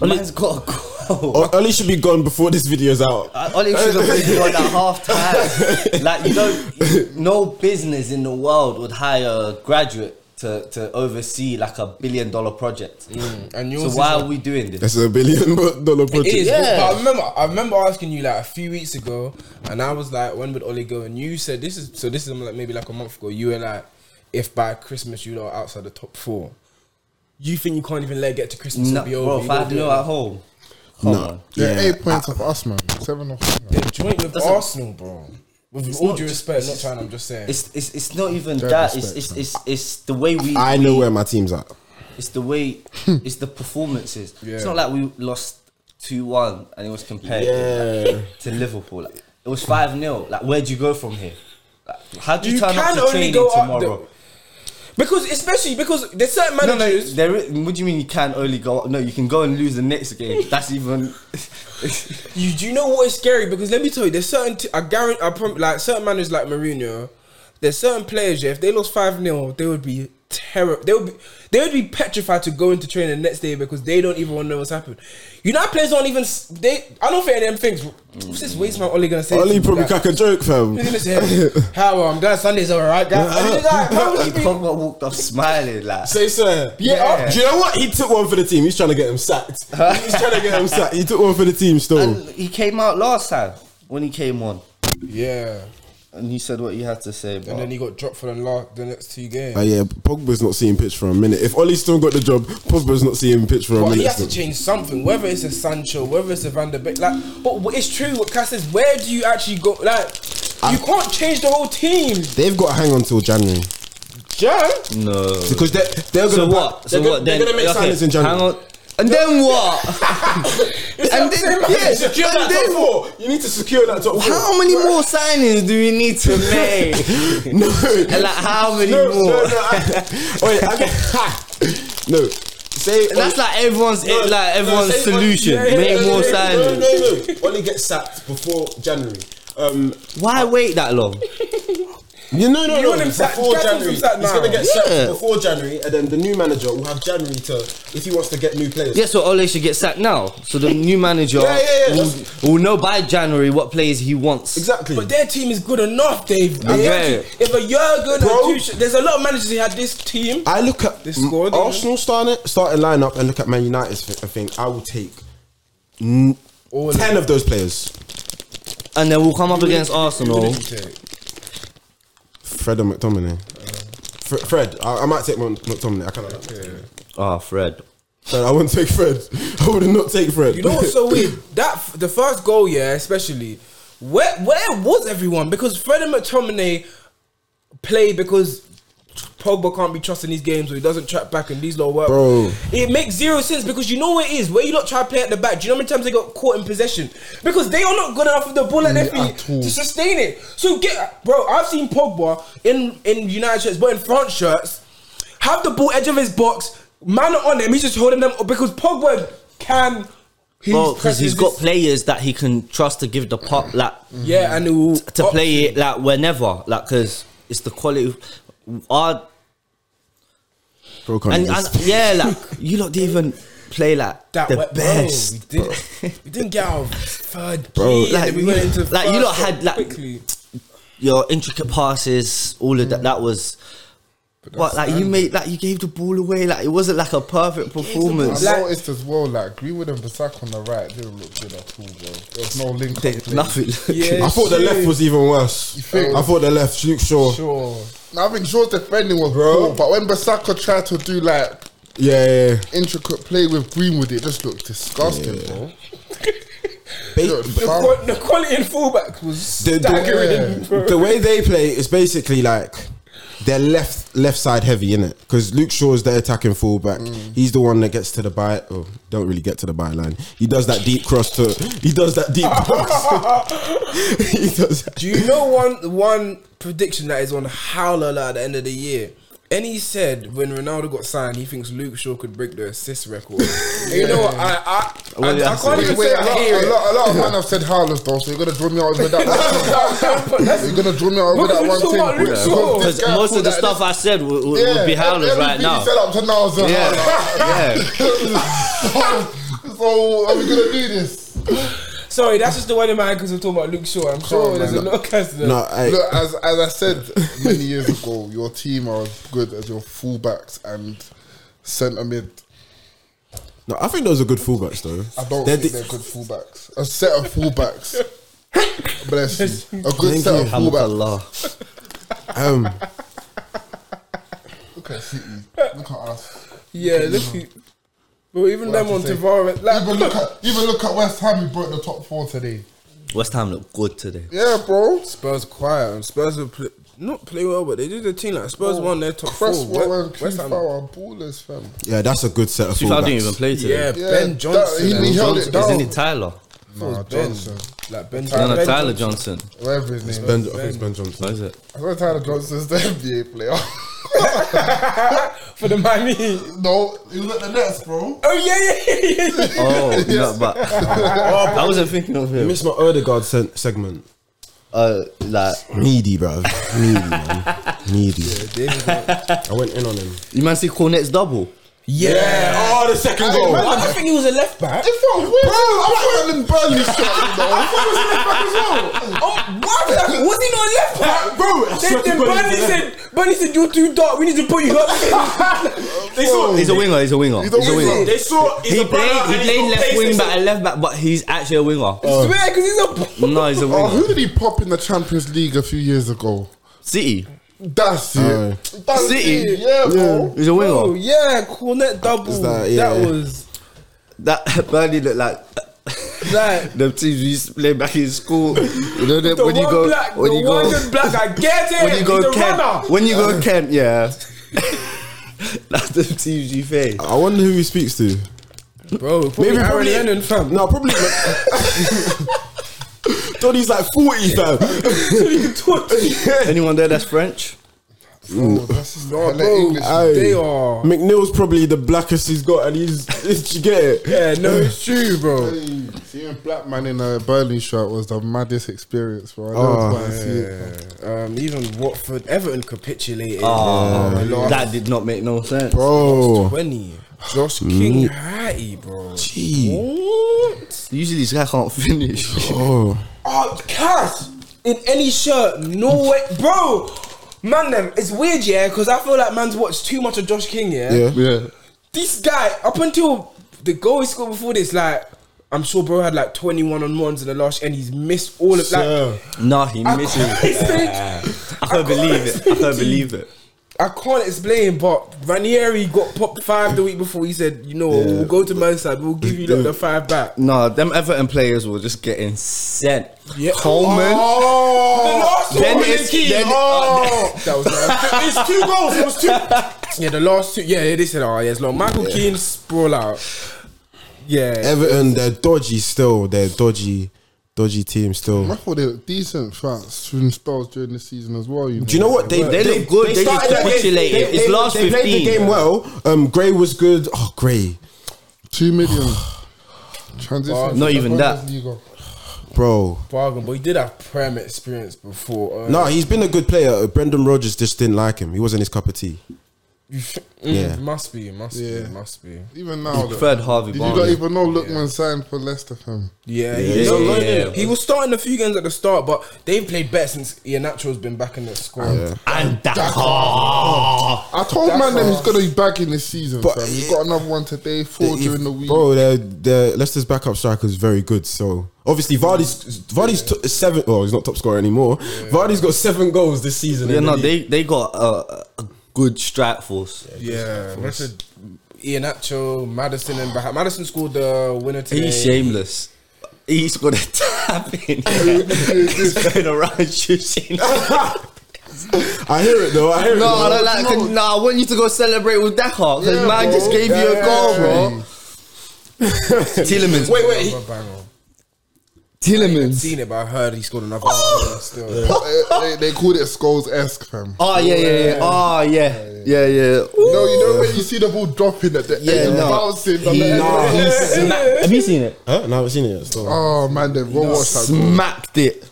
G: Man's got a
B: Oh.
G: goal.
A: O- Oli should be gone before this video's out.
G: I Ollie should have been on at half time. Like you don't, no business in the world would hire a graduate to, to oversee like a billion dollar project.
E: and
G: So
E: yours is
G: why
E: like-
G: are we doing this?
A: That's a billion dollar
E: It
A: project.
E: is,
G: Yeah.
E: but I remember I remember asking you like a few weeks ago, and I was like, "When would Oli go?" And you said, "This is so." This is like maybe like a month ago. You were like, "If by Christmas you lot are outside the top four, you think you can't even let it get to Christmas
G: No,
E: and be over?
G: bro,
E: You
G: five
E: gotta do
G: nil
E: it.
G: at home. Come on.
B: Yeah, eight points off us, man. Seven off. us, man.
E: They're joint with Arsenal, bro. With all
G: not
E: due
G: just-
E: respect, not trying. I'm just saying.
G: It's, it's it's not even
B: Don't
G: that. It's, it's
B: respect,
G: it's it's the way we.
A: I know where my team's at.
G: It's the way. it's the performances. It's not like we lost two one and it was compared
A: Yeah.
G: to Liverpool. Like, it was five 0 Like where do you go from here? Like, how do you,
E: You
G: turn up
E: can
G: to
E: only
G: training
E: go up the-
G: tomorrow?
E: because especially because there's certain
G: No, no,
E: managers.
G: there is, what do you mean you can only go? No, you can go and lose the next game. That's even.
E: You do you know what is scary? Because let me tell you, there's certain t- I guarantee I prom- like certain managers like Mourinho. There's certain players. Yeah, if they lost five 0 they would be terror. They would be they would be petrified to go into training the next day because they don't even want to know what's happened. You know, players don't even s- they. I don't think any of them things. What's this waste man Oli gonna say?
A: Oli
E: to me?
A: probably
E: Like,
A: crack a joke, fam.
E: he's gonna say, How I'm glad Sunday's alright, guys. And he's like, how would you be-
G: Pogba walked off smiling like.
A: Say sir.
G: Yeah.
A: Do you know what? He took one for the team. He's trying to get him sacked. He's trying to get him sacked. He took one for the team still.
G: And he came out last time when he came on,
E: yeah,
G: and he said what he had to say. But
E: and then he got dropped for the last the next two games.
A: Uh, yeah, Pogba's not seeing pitch for a minute. If Oli's still got the job, Pogba's not seeing pitch for a
E: But
A: minute.
E: he has to
A: still.
E: change something, whether it's a Sancho, whether it's a Van der Beek. Like, but wh- it's true what Cass says. Where do you actually go? Like, you can't change the whole team,
A: They've got to hang on till January
E: Jan.
G: no.
A: because they're they're
G: So
A: gonna
G: what? So
A: they're
G: what?
A: Gonna, they're
G: then
A: gonna make
G: okay,
A: signings in January.
G: Hang on. And then what? and then
A: Yeah,
G: yes.
A: secure that
G: And
A: top
G: then what?
A: four. You need to secure that top four.
G: How many more signings do we need to make?
A: No.
G: and like how many
A: no,
G: more?
A: no, no. I, wait, I get, ha. no. Say
G: And that's like everyone's
A: No,
G: like
A: no,
G: everyone's
A: say Oli-
G: solution.
A: yeah, yeah,
G: Make
A: no,
G: more
A: no,
G: signings.
A: No, no, no. Only get sacked before January. Um,
G: Why wait that long?
A: you know, no,
E: You want him sacked-
A: before
E: Jack wants
A: January.
E: him
A: He's
E: sacked now.
A: gonna get
G: Yeah.
A: sacked before January, and then the new manager will have January to if he wants to get new players.
G: Yeah, so Ole should get sacked now. So the new manager
A: Yeah, yeah, yeah,
G: will, will know by January what players he wants.
A: exactly.
E: But their team is good enough, Dave. They
G: Okay.
E: actually- If a Jurgen
A: Bro.
E: or Tuchel, there's a lot of managers who had this team.
A: I look at
E: They scored,
A: M- Arsenal starting starting lineup and look at Man United's fi- I think I will take n-
E: All of
A: ten of those players.
G: And then we'll come up against Arsenal.
A: Fred and McTominay. Fre- Fred, I, I might take Mon- McTominay. I can't.
G: Ah, Fred.
A: Fred, I wouldn't take Fred. I would not take Fred.
E: You know what's so weird? That f- the first goal, yeah, especially where where was everyone? Because Fred and McTominay played because Pogba can't be trusting these games or he doesn't track back and these low work.
A: Bro.
E: It makes zero sense because you know what it is. Where you not try to play at the back, do you know how many times they got caught in possession? Because they are not good enough with the ball at their
B: Mm,
E: feet
B: at all.
E: to sustain it. So get bro, I've seen Pogba in in United shirts, but in France shirts, have the ball edge of his box, man on him, he's just holding them up because Pogba can he's
G: Well, because he's
E: presses
G: got
E: this-
G: players that he can trust to give the pop like
E: yeah, and it will
G: to play it like whenever, like because it's the quality. Our
A: Bro, can't
G: and,
A: do
G: and
A: this.
G: yeah, like you lot didn't even play like
E: that
G: the
E: went- oh. bro,
G: best.
E: we, did, we didn't get out of third.
A: Bro,
E: gear,
G: like,
E: then we
G: you-
E: went into
G: like, you
E: first
G: lot had,
E: so
G: like-
E: quickly.
G: your intricate passes, all of that. That was. But like you made, like you gave the ball away. Like it wasn't like a perfect performance.
B: I
E: Like-
B: noticed as well, like Greenwood and Basak on the right didn't look good at all, bro. There was no link.
G: They-
B: up play.
G: nothing.
E: Yeah,
A: I thought the left was even worse.
B: think?
A: I thought the left. Luke Shaw.
B: Sure. Now, I think Shaw's defending was bro, but when Basaka tried to do like
A: Yeah, yeah, yeah.
B: intricate play with Greenwood. It just looked disgusting, bro. It
A: Ba-
B: looked
E: The,
B: foul.
E: qual- the quality in fullback was
A: the,
E: staggering.
A: the,
E: bro.
A: the way they play is basically like they're left left side heavy in it because Luke Shaw is the attacking fullback.
E: Mm.
A: He's the one that gets to the by. Oh, don't really get to the byline. He does that deep cross to. He does that deep cross. he does. That.
E: Do you know one one prediction that is on howler at the end of the year? And he said when Ronaldo got signed, he thinks Luke Shaw could break the assist record. And You know what? I I, I,
G: Well, yeah,
E: I can't
G: so-
E: even
B: Wait,
E: say
B: a,
E: I
B: lot,
E: hear
B: a,
E: it.
B: lot, a lot of men have said Harless though, so you're gonna draw me out over that.
E: That's-
B: you're gonna draw me out over
E: Because
B: that
E: we
B: one
E: talk
B: thing.
E: about Luke
B: because
E: Shaw.
B: this
G: Because
B: guy
G: most of
B: pulled
G: the
B: out
G: stuff I said would, would, would be
B: Yeah,
G: howlers right
B: everything
G: now.
B: you said up to now is a
G: Yeah.
B: howler. so are we gonna do this?
E: Sorry, that's just the one in my head because we're talking about Luke Shaw. I'm sure
B: on,
E: there's
B: man.
E: a lot of cats that-
A: No, I,
B: Look, as as I said many years ago, your team are as good as your fullbacks and centre mid.
A: no, I think those are good fullbacks though.
B: I don't
A: They're
B: think
A: the-
B: they're good fullbacks. A set of fullbacks. Bless you. A good
A: Thank
B: set
A: you.
B: of fullbacks.
A: um,
B: Look at City. Look at us.
E: Yeah, look. at- Well, even
B: What I
E: them on
B: have to say.
E: Tavares.
B: Even
E: Like,
B: look at even look at West Ham. We broke the top four today.
G: West Ham look good today.
B: Yeah, bro.
E: Spurs quiet. And Spurs will play, not play well, but they did the team like Spurs won their top
B: Cresswell
E: four.
B: and West Ham are ballers, fam.
A: yeah, that's a good set of
G: Chief, I
A: fullbacks.
G: didn't even play
E: yeah,
G: today.
B: Yeah,
E: Ben
B: that-
E: Johnson.
B: he-
E: and-
B: he held
G: Johnson-
B: it down.
G: Isn't it Tyler?
B: Nah,
E: Ben.
B: Johnson.
E: Like Ben
G: No, no,
E: Ben
G: Tyler
E: Johnson.
G: Uh, Johnson.
B: Whatever his name.
A: Ben,
B: is.
A: I think it's Ben Johnson.
G: What is it?
B: I thought Tyler Johnson's the NBA player.
E: for the Miami.
B: no, he was at the Nets, bro.
E: Oh yeah, yeah, yeah, yeah.
G: Oh, no, but Oh, I wasn't thinking of
A: I
G: him.
A: missed my Erdegaard se- segment.
G: Uh, like
A: Needy, bro. Needy, man. Needy. I went in on him.
G: you man see Cornet's double.
A: Oh, the second goal.
E: I think he was a left back.
B: It felt weird. I'm feeling Burnley shot, you know. I'm feeling back as well.
E: Oh, why was, that, was he not a left back,
A: Bro, I swear
E: Then,
A: to
E: then
A: God,
E: Burnley
A: he's a
E: said, Burnley said, "You're too dark. We need to put you up."
A: They saw.
G: He's a winger. He's a winger. He's
B: a
G: a
B: winger.
G: winger.
A: They saw. He's
G: He
A: a brother
G: played.
A: and
G: He
A: he's
G: played
A: got
G: left
A: pace,
G: wing
A: he's
G: back and left back, but he's actually a winger.
E: Swear, because he's a.
G: No, he's a
B: Oh,
G: winger.
B: who did he pop in the Champions League a few years ago?
G: City.
B: That's it.
A: Aye.
B: That's
G: City.
B: it. Yeah, bro.
G: He's a
E: Oh
G: winger.
E: yeah, Cornet double.
A: that-
E: That,
A: yeah.
E: was
G: That Burnley looked like
E: like.
G: them teams we used to play back in school. You know them,
E: The
G: when
E: one
G: you go,
E: black,
G: when
E: the
G: you
E: one
G: go,
E: good black guy, get it.
G: when you
E: He's
G: go
E: a
G: Kent,
E: runner.
G: when you go Kent, yeah. That's the teams you face.
A: I wonder who he speaks to.
E: bro,
A: Maybe
E: maybe Aaron
A: probably-
E: Lennon, fam.
A: No, probably. Donny's like forty, fam.
G: Anyone there that's French?
B: Bro, Oh, that's just
E: No,
B: hella
E: bro,
B: English.
A: Aye.
E: they are.
A: McNeil's probably the blackest he's got, and he's. Did you get it?
E: Yeah, no, it's true, bro.
B: Hey, Seeing a black man in a Burnley shirt was the maddest experience, bro. I never
A: Oh,
B: thought I'd see it.
E: Um, even Watford, Everton capitulated.
A: Ah,
G: Oh,
E: Yeah. Lost
G: that did not make no sense.
A: Bro,
E: twenty. Josh King, Hattie, bro.
A: Mm. gee,
E: What?
G: Usually this guy can't finish.
A: oh,
E: Oh, Cass in any shirt, no way, bro. Man, them it's weird, yeah, because I feel like man's watched too much of Josh King, yeah.
A: yeah.
B: Yeah.
E: This guy, up until the goal he scored before this, like I'm sure, bro had like 21 on ones in the last, and he's missed all of that.
A: Sir.
G: nah, he misses. I can't believe it. I can't believe it.
E: I can't explain, but Ranieri got popped five the week before. He said, "You know, what, we'll go to Merseyside. We'll give you like, the five back."
G: No, them Everton players were just getting sent.
E: Yeah.
G: Coleman.
A: Oh,
E: The last one
G: it's-
E: key.
G: then- uh,
E: oh, that was
A: it's two goals. It was two.
E: yeah, the last two. Yeah, yeah, they said, "Oh, yeah, it's long." Michael Keane sprawl out. Yeah,
A: Everton, they're dodgy still. They're dodgy, dodgy team still.
B: I thought they were decent France during spells during the season as well. You know?
A: Do you know what they?
G: They look good. They
A: started
G: just
A: that game-
G: capitulated. It's last
A: they played
G: 15.
A: the game well. Um, Gray was good. Oh, Gray,
B: Two million. Transition.
E: Not
B: from the
G: even that.
B: Bundesliga.
A: bro.
E: bargain. But he did have prem experience before. Uh,
A: No, he's been a good player. Uh, Brendan Rodgers just didn't like him. He wasn't his cup of tea. yeah.
E: yeah, Mm, must be, must
B: Yeah.
E: be, must be.
B: Even now. Look,
G: Fred Harvey
B: did you not
G: Barnes.
B: even know Lookman signed for Leicester, fam?
E: Yeah,
G: Yeah,
E: he's-
G: yeah, yeah.
E: he was starting a few games at the start, but they've played better since Ianacho's been back in the squad.
G: And Dakar.
B: I told
E: That's
B: man them he's
E: us.
B: gonna be back in this season,
A: But-
B: fam. He's got another one today, four
A: If-
B: during the week.
A: Bro, their their Leicester's backup striker is very good. So obviously Vardy's Vardy's t- seven. Oh, he's not top scorer anymore. Vardy's got seven goals this season.
G: Yeah,
A: in
G: no,
A: the league.
G: they they got a, a good strike force.
E: Yeah, Rashford Ian Acho, Madison, and Bah Madison scored the winner today.
H: He's shameless. He's gonna tap in. He's going around shooting.
A: I hear it though. I hear
G: No, I
A: it.
G: don't like. 'cause- Nah, I want you to go celebrate with Dakar because
B: Yeah,
G: man
B: bro.
G: just gave you a
B: Yeah.
G: goal, bro.
H: Tielemans.
E: Wait, wait, he,
H: Tielemans.
E: seen it, but I heard he scored another. one still.
B: they, they called it Skulls esque, fam.
G: Oh yeah, yeah, yeah. Oh yeah, yeah, yeah.
B: No, you know when you see the ball dropping at the
G: Yeah,
B: end,
G: no.
B: bouncing. on
G: He-
B: the end.
A: Nah, he
H: Have you seen it?
A: Huh? No, I haven't seen it yet. Still.
B: Oh man, they've no. watched that. goal.
H: Smacked it.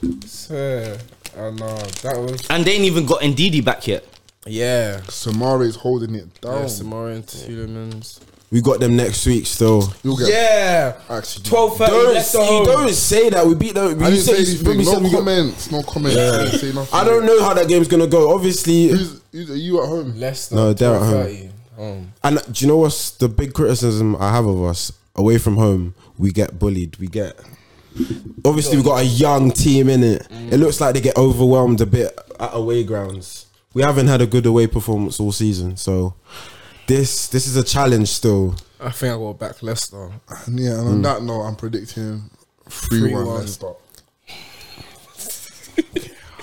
E: Yeah. Oh no, that was
H: And they ain't even got Ndidi back yet.
E: yeah.
B: Samari's holding it down.
E: Yeah, Samara and Tielemans.
A: We got them next week still.
B: You'll get
E: Yeah,
B: actually.
E: twelve thirty.
A: Don't,
E: Left the
A: you
E: home.
A: don't say that. We beat them.
B: I
A: you
B: didn't say anything.
A: you
B: No
A: said we got-
B: comments. No comments. I didn't say nothing.
A: I don't know how that game's gonna go. Obviously,
B: Who's, who's, are you at home?
E: Leicester.
A: No, they're at home.
E: 12:30. Home.
A: And uh, do you know what's the big criticism I have of us away from home? We get bullied. We get obviously we got a young team in it. It looks like they get overwhelmed a bit at away grounds. We haven't had a good away performance all season, so this this is a challenge still.
E: I think I got back Leicester.
B: And yeah, and on
E: Hmm.
B: that note, I'm predicting 3 1
E: 3-1.
B: Leicester.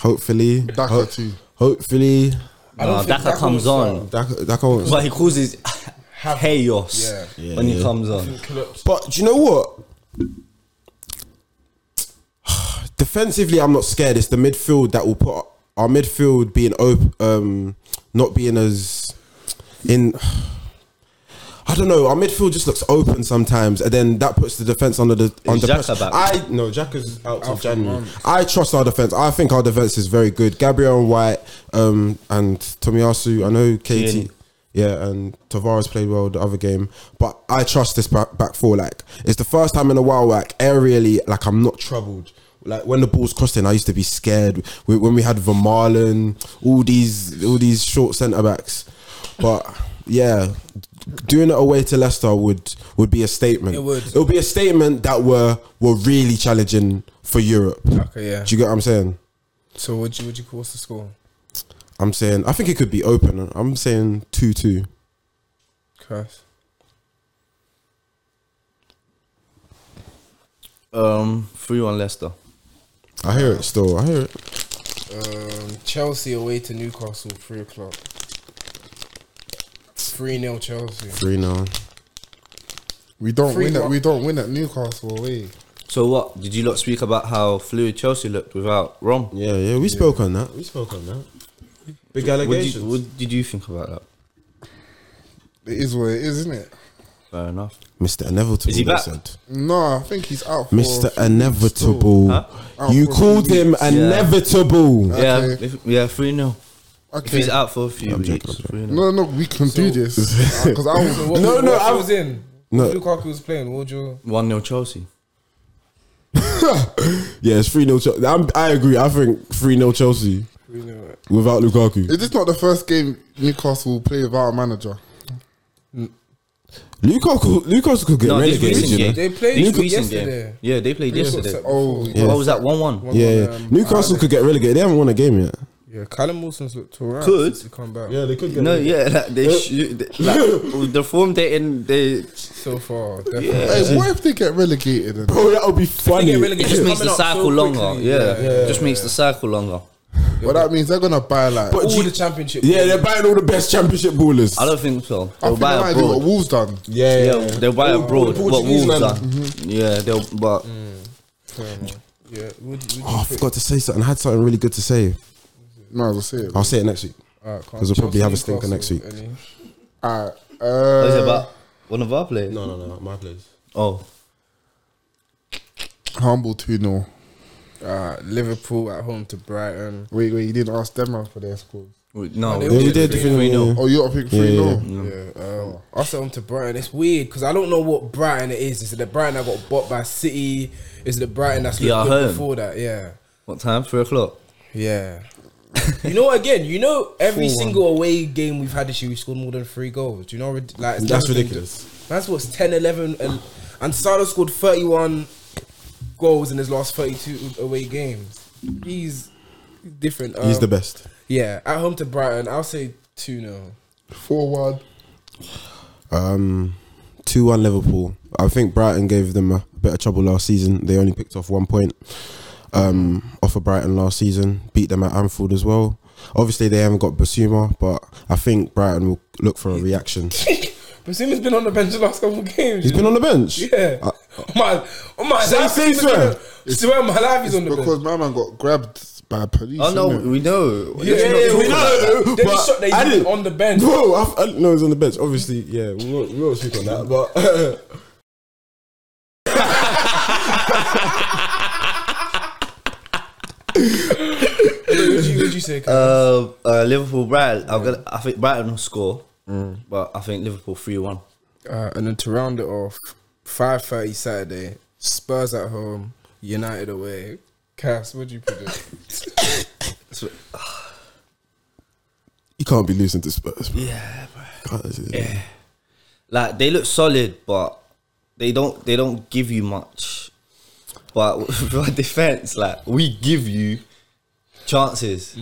A: Hopefully,
B: Daka too.
A: hopefully
E: I don't
H: Nah,
E: think
H: Daka
E: Daka
H: comes
E: will
H: on.
A: that that can
H: But he causes chaos
E: Yeah.
H: when he comes on.
A: But do you know what? Defensively, I'm not scared. It's the midfield that will put our midfield being open, um, not being as in. I don't know. Our midfield just looks open sometimes, and then that puts the defense under the under
H: Xhaka
A: pressure.
H: back?
A: I no, Jacka's out
E: Out
A: of
E: for
A: January.
E: months.
A: I trust our defense. I think our defense is very good. Gabriel White um, and Tomiyasu. I know Katie.
H: Tierney.
A: Yeah, and Tavares played well the other game, but I trust this back, back four. Like it's the first time in a while, like aerially, like I'm not troubled. Like when the ball's crossing, I used to be scared We- when we had Vermaelen, all these all these short centre backs. But yeah, doing it away to Leicester would would be a statement.
E: It would.
A: It would be a statement that we're we're really challenging for Europe.
E: Okay, yeah.
A: Do you get what I'm saying?
E: So would you would you call us the score?
A: I'm saying I think it could be open. I'm saying two two.
E: Curse.
G: Um, three one Leicester.
A: I hear it still. I hear it.
E: Um, Chelsea away to Newcastle three o'clock. Three 0 Chelsea.
A: Three now.
B: We don't
E: Three
B: win at
E: one.
B: we don't win at Newcastle away.
H: So what? Did you lot speak about how fluid Chelsea looked without Rom?
A: Yeah, yeah, we spoke on that. We spoke on that. Big
H: What did,
A: allegations.
H: you, what did you think about that?
B: It is what it is, isn't it?
H: Fair enough.
A: Mr. Inevitable.
H: Is he
A: they
H: back?
A: said.
B: No, I think he's out. For
A: Mr.
B: a few weeks still.
A: Oh, Inevitable. Oh,
H: Huh?
B: Out
A: You
B: for a
A: called
B: few
A: him
B: weeks.
A: inevitable.
H: Yeah,
B: Okay.
H: if, yeah, three 0 If
B: Okay.
H: he's out for a few
A: I'm joking,
H: weeks,
A: I'm joking.
H: three 0
B: No, no, we can do this because I was.
E: What-
A: No,
E: what
A: no,
E: if
A: I
E: it
A: was-
E: was in.
A: No.
E: Lukaku was playing. Would you?
H: one 0 Chelsea.
A: Yeah, it's 3 0 Chelsea. I'm, I agree. I think 3 0 Chelsea
E: Three 0
A: without Lukaku.
B: Is this not the first game Newcastle will play without a manager?
A: Lukaku, Lukaku could get
H: No, this
A: relegated,
H: recent
A: you know?
H: game.
E: They played
H: This recent
E: yesterday.
H: game. Yeah, they played yesterday.
E: September.
B: Oh,
E: Yeah.
B: yeah.
H: What was that? One one.
A: Yeah, yeah.
E: Um,
A: Newcastle could get relegated. They haven't won a game yet.
E: Yeah, Callum Wilson's looked alright.
H: Could.
E: since he come back
A: they could
H: No, yeah, like they shoot. they- Like, with the form they in, they
E: so far. Definitely.
B: Hey, what if they get relegated? And
A: Bro, that would Oh, be funny.
H: it just makes the
E: Coming up so
H: cycle longer.
E: quickly.
H: Yeah,
E: Yeah, yeah,
H: just makes the cycle longer.
B: well, that means they're gonna buy like.
A: But do
E: All
A: you-
E: the championship.
A: yeah, they're buying all the best championship ballers.
H: I don't think so.
B: I
H: They'll
B: think they
H: buy
B: might do what
H: abroad.
B: Wolves done.
A: yeah,
H: Yeah, they'll buy abroad.
A: the
H: What
A: Portuguese
H: Wolves
A: man.
H: are? Yeah, they'll. But
E: Yeah, would, would you
A: Oh, I forgot to say something. I had something really good to say.
B: No, we'll see it.
E: Oh.
A: I'll say it next week.
E: Because
A: we'll probably have a stinker next week.
B: Alright.
H: what is it
B: Uh,
H: about one of our players?
A: no, no, my place.
H: Oh,
B: humble 2 0.
E: Uh, Liverpool at home to Brighton.
B: Wait, wait, you didn't ask them out for their scores.
H: Wait, no,
E: they
A: Yeah, we
E: did
A: did.
H: three nil.
B: Oh, you got to pick 3
A: Yeah,
B: 0?
A: yeah,
E: Yeah, um, us at home to Brighton. It's weird because I don't know what Brighton it is. Is it the Brighton that got bought by City? Is it the Brighton that's
H: Yeah,
E: looked
H: I
E: good
H: heard.
E: before that? Yeah,
H: What time? Three o'clock.
E: yeah. you know, again, you know, every single away game we've had this year, we've scored more than three goals. Do you know? rid- Like it's
A: That's
E: never been-
A: ridiculous.
E: That's what's 10, 11, and, and Salah scored thirty-one goals in his last thirty-two away games. He's different.
A: He's
E: um,
A: the best.
E: Yeah, at home to Brighton, I'll say two 0
B: 4 1.
A: Um, two one Liverpool. I think Brighton gave them a bit of trouble last season. They only picked off one point um, off of Brighton last season. Beat them at Anfield as well. Obviously, they haven't got Basuma, but I think Brighton will look for a reaction.
E: Basuma's been on the bench the last couple of games.
A: He's been on the bench.
E: Yeah.
A: Uh,
E: my, oh my
A: Say-
E: life.
A: say
E: he's
A: to
E: on the-
A: him.
E: Swear my life is on the
B: because
E: bench.
B: my man got grabbed by police.
G: Oh no,
B: innit?
G: we know.
E: Yeah, yeah, yeah, we know. Then he
A: But
E: shot that
A: I
E: he's
A: didn't-
E: on the bench.
A: Bro, I, I didn't know he was on the bench. Obviously, yeah, we won't, we won't speak on that. But
E: Would you, would you say? Kai?
G: Uh, uh, Liverpool, Brighton. I'm gonna, I think Brighton will score, but I think Liverpool three one.
E: Uh, and then to round it off, five thirty Saturday, Spurs at home, United away. Cass, what'd you predict?
A: you can't be losing to Spurs. Bro.
G: Yeah,
A: Can't-
G: like they look solid, but they don't they don't give you much. But with our defense, like we give you chances.
A: Do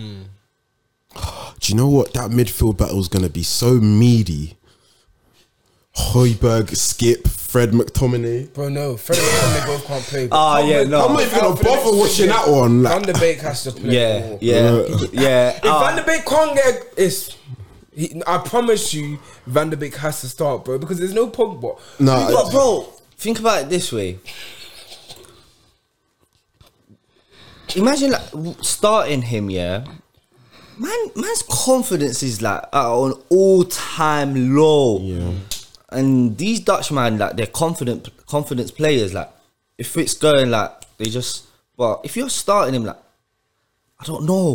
A: you know what? That midfield battle is going to be so meaty. Hoiberg, Skip, Fred McTominay.
E: Bro, no, Fred and they both can't play.
G: Ah, yeah, no.
A: I'm not even
E: Out
A: going to
E: for the
A: bother
E: next
A: watching
E: six
A: that
E: years.
A: one. Like,
E: Van der Beek has to play.
G: Yeah,
E: more.
G: yeah, yeah.
E: If
G: ah,
E: Van der Beek can't get it's he, I promise you, Van der Beek has to start, bro, because there's no Pogba.
A: nah,
G: but bro, think about it this way. Imagine like w- starting him, yeah. Man, man's confidence is like at an all-time low. Yeah. And these Dutchman, like they're confident, confidence players. Like if it's going, like they just. But if you're starting him, like I don't know.